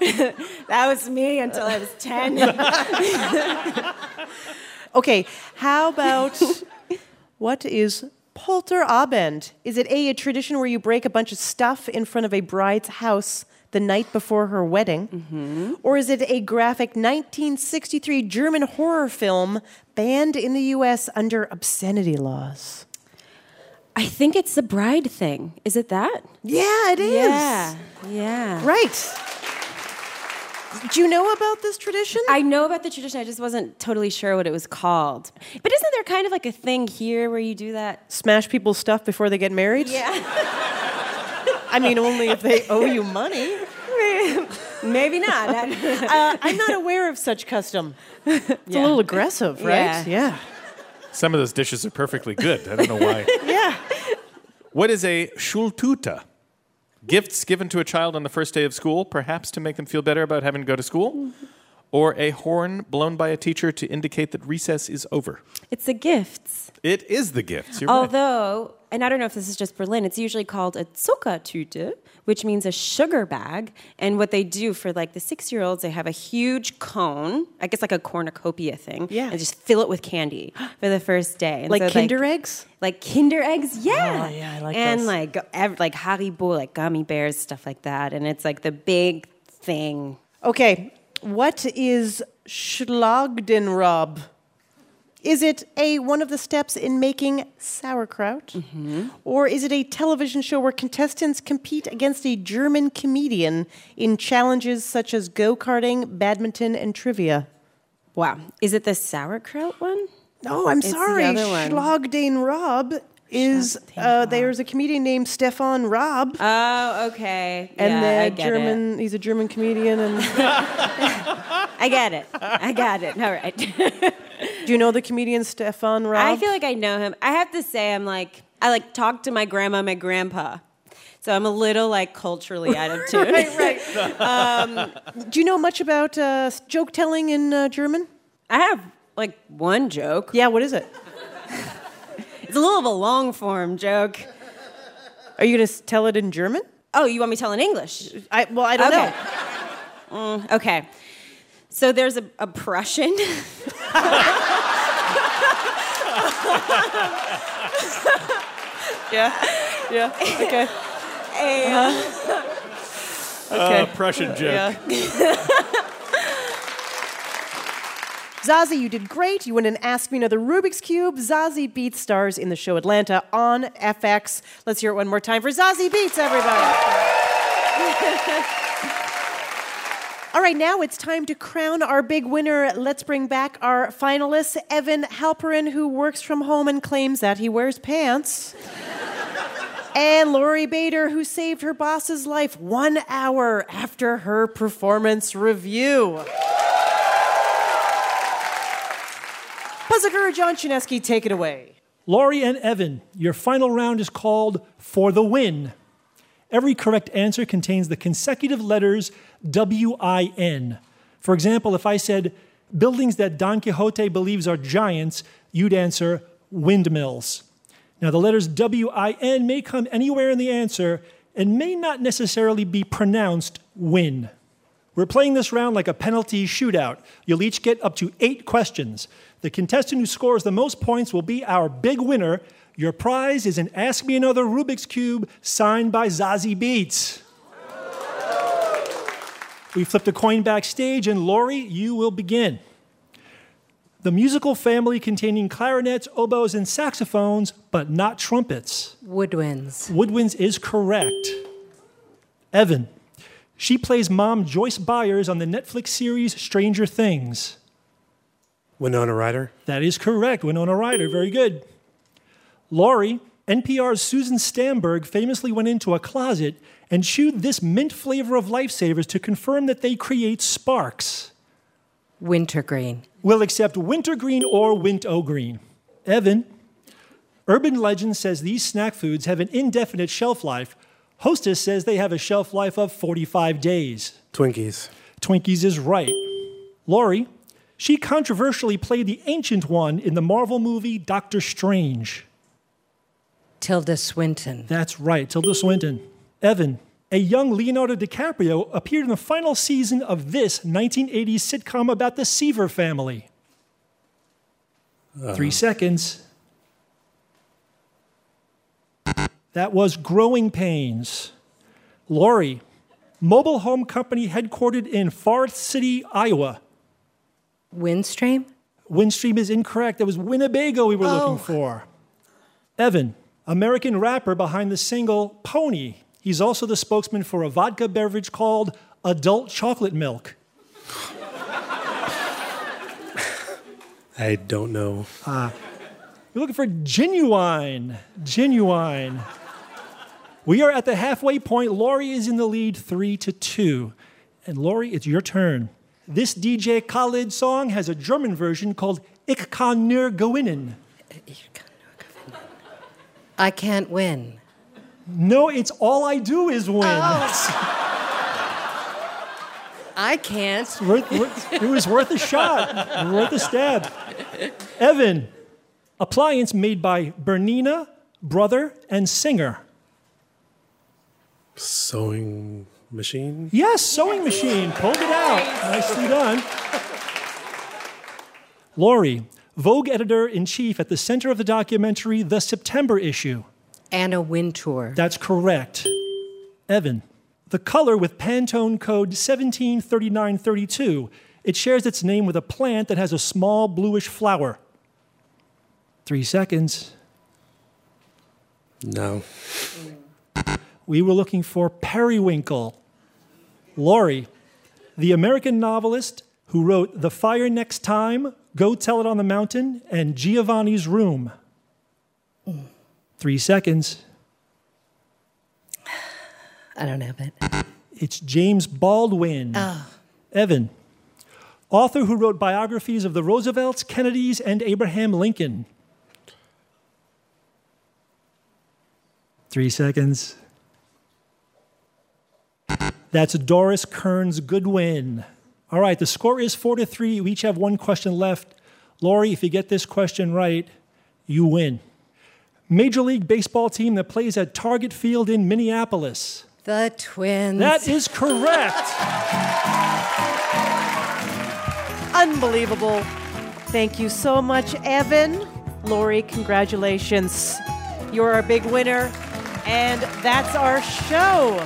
S11: that was me until I was 10.
S2: Okay, how about what is Polterabend? Is it A, a tradition where you break a bunch of stuff in front of a bride's house the night before her wedding? Or is it a graphic 1963 German horror film banned in the US under obscenity laws?
S11: I think it's the bride thing. Is it that?
S2: Yeah, it is.
S11: Yeah. Yeah.
S2: Right. Do you know about this tradition?
S11: I know about the tradition. I just wasn't totally sure what it was called. But isn't there kind of like a thing here where you do that?
S2: Smash people's stuff before they get married?
S11: Yeah.
S2: I mean, only if they owe you money.
S11: Maybe not.
S2: Uh, I'm not aware of such custom. It's a little aggressive, right? Yeah.
S5: Some of those dishes are perfectly good. I don't know why.
S2: Yeah.
S5: What is a Schultute? gifts given to a child on the first day of school, perhaps to make them feel better about having to go to school, or a horn blown by a teacher to indicate that recess is over.
S11: It's the gifts.
S5: It is the gifts. You're right.
S11: Although, and I don't know if this is just Berlin, it's usually called a Zuckertüte, which means a sugar bag. And what they do for like the six year olds, they have a huge cone, I guess like a cornucopia thing, yeah. and just fill it with candy for the first day. And
S2: Like Kinder
S11: eggs? Like Kinder eggs, yeah.
S2: Oh, yeah, I like
S11: And
S2: those.
S11: like, ev- like Haribo, like gummy bears, stuff like that. And it's like the big thing.
S2: Okay, what is Schlagdenrob? Is it a one of the steps in making sauerkraut, or is it a television show where contestants compete against a German comedian in challenges such as go karting, badminton, and trivia?
S11: Wow, is it the sauerkraut one?
S2: No, I'm
S11: It's the
S2: sorry.
S11: other one.
S2: Schlagdenrob is uh, there's a comedian named Stefan Rob.
S11: Oh, okay.
S2: and
S11: yeah, I
S2: the
S11: get it.
S2: German, he's a German comedian. And
S11: I got it. I got it. All right.
S2: do you know the comedian Stefan Rob?
S11: I feel like I know him. I have to say, I'm like, I like talk to my grandma, my grandpa. So I'm a little like culturally out of tune.
S2: right, right. Um, do you know much about uh, joke telling in uh, German?
S11: I have like one joke.
S2: Yeah, what is it?
S11: It's a little of a long form joke.
S2: Are you going to tell it in German?
S11: Oh, you want me to tell in English?
S2: I, well, I
S8: Oh,
S2: don't
S11: okay. know. okay. So there's a, a Prussian.
S2: yeah. Yeah. Okay. Uh-huh.
S11: A,
S5: Uh, Prussian joke.
S2: Zazie, you did great. You win an Ask Me Another Rubik's Cube. Zazie Beats stars in the show Atlanta on FX. Let's hear it one more time for Zazie Beats, everybody. All right, now it's time to crown our big winner. Let's bring back our finalist, Evan Halperin, who works from home and claims that he wears pants. And Lori Bader, who saved her boss's life one hour after her performance review. Puzzle Guru John Chinesky, take it away.
S7: Laurie and Evan, your final round is called For the Win. Every correct answer contains the consecutive letters W I N. For example, if I said buildings that Don Quixote believes are giants, you'd answer windmills. Now, the letters W I N may come anywhere in the answer and may not necessarily be pronounced win. We're playing this round like a penalty shootout. You'll each get up to eight questions. The contestant who scores the most points will be our big winner. Your prize is an Ask Me Another Rubik's Cube signed by Zazie Beats. We flipped a coin backstage, and Lori, you will begin. The musical family containing clarinets, oboes, and saxophones, but not trumpets.
S8: Woodwinds.
S7: Woodwinds is correct. Evan. She plays mom Joyce Byers on the Netflix series Stranger Things.
S3: Winona Ryder.
S7: That is correct. Winona Ryder. Very good. Laurie, NPR's Susan Stamberg famously went into a closet and chewed this mint flavor of lifesavers to confirm that they create sparks.
S8: Wintergreen.
S7: We'll accept wintergreen or wintogreen. Evan, urban legend says these snack foods have an indefinite shelf life. Hostess says they have a shelf life of 45 days.
S3: Twinkies.
S7: Twinkies is right. Laurie, she controversially played the Ancient One in the Marvel movie Doctor Strange.
S8: Tilda Swinton.
S7: That's right, Tilda Swinton. Evan, a young Leonardo DiCaprio appeared in the final season of this 1980s sitcom about the Seaver family. Three seconds. That was Growing Pains. Lori, mobile home company headquartered in Forest City, Iowa.
S8: Windstream.
S7: Windstream is incorrect. That was Winnebago we were looking for. Evan, American rapper behind the single Pony. He's also the spokesman for a vodka beverage called Adult Chocolate Milk.
S3: I don't know.
S7: You're looking for genuine. Genuine. We are at the halfway point. Laurie is in the lead three to two. And Laurie, it's your turn. This DJ Khaled song has a German version called Ich kann nur gewinnen.
S8: I can't win.
S7: No, it's all I do is win.
S8: Oh. I can't.
S7: Worth- worth- it was worth a shot, worth a stab. Evan, appliance made by Bernina, brother, and singer.
S3: Sewing machine.
S7: Yes, sewing machine. Pulled it out. Nicely done. Lori, Vogue editor in chief at the center of the documentary, The September Issue.
S8: Anna Wintour.
S7: That's correct. Evan, the color with Pantone code 173932. It shares its name with a plant that has a small bluish flower. Three seconds.
S3: No.
S7: We were looking for Periwinkle. Laurie, the American novelist who wrote The Fire Next Time, Go Tell It on the Mountain, and Giovanni's Room. Three seconds.
S8: I don't have it.
S7: It's James Baldwin. Evan, author who wrote biographies of the Roosevelts, Kennedys, and Abraham Lincoln. Three seconds. That's Doris Kearns Goodwin. All right, the score is four to three. We each have one question left. Lori, if you get this question right, you win. Major League Baseball team that plays at Target Field in Minneapolis.
S8: The twins.
S7: That is correct.
S2: Unbelievable. Thank you so much, Evan. Lori, congratulations. You're our big winner. And that's our show.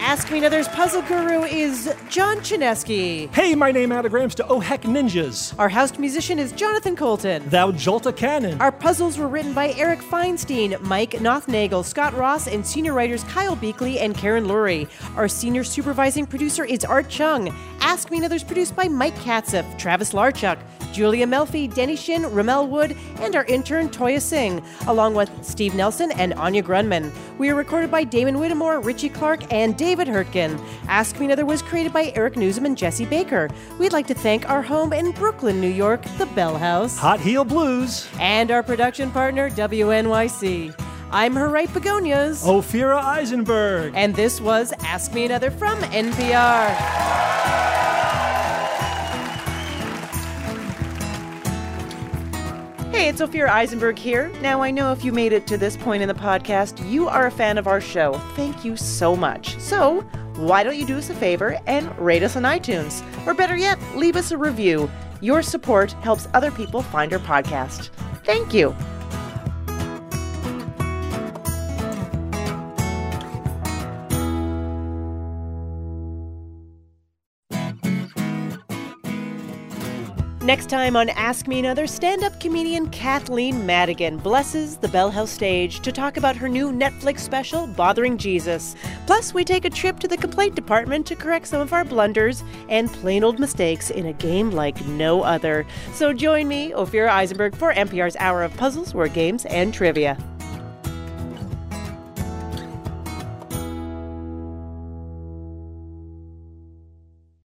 S2: Ask Me Another's puzzle guru is John Chinesky.
S7: Hey, my name anagrams to Oh Heck Ninjas.
S2: Our house musician is Jonathan Colton.
S7: Thou Jolta Cannon.
S2: Our puzzles were written by Eric Feinstein, Mike Nothnagel, Scott Ross, and senior writers Kyle Beakley and Karen Lurie. Our senior supervising producer is Art Chung. Ask Me Another's produced by Mike Katziff, Travis Larchuk, Julia Melfi, Denny Shin, Ramel Wood, and our intern Toya Singh, along with Steve Nelson and Anya Grunman. We are recorded by Damon Whittemore, Richie Clark, and David Hurtgen. Ask Me Another was created by Eric Newsom and Jesse Baker. We'd like to thank our home in Brooklyn, New York, the Bell House
S7: Hot Heel Blues.
S2: and our production partner, WNYC. I'm her right begonias.
S7: Ophira Eisenberg.
S2: And this was Ask Me Another from NPR.
S12: Hey, it's Ophira Eisenberg here. Now, I know if you made it to this point in the podcast, you are a fan of our show. Thank you so much. So, why don't you do us a favor and rate us on iTunes? Or better yet, leave us a review. Your support helps other people find our podcast. Thank you.
S2: Next time on Ask Me Another, stand up comedian Kathleen Madigan blesses the Bell House stage to talk about her new Netflix special, Bothering Jesus. Plus, we take a trip to the complaint department to correct some of our blunders and plain old mistakes in a game like no other. So join me, Ophira Eisenberg, for NPR's Hour of Puzzles, Word Games, and Trivia.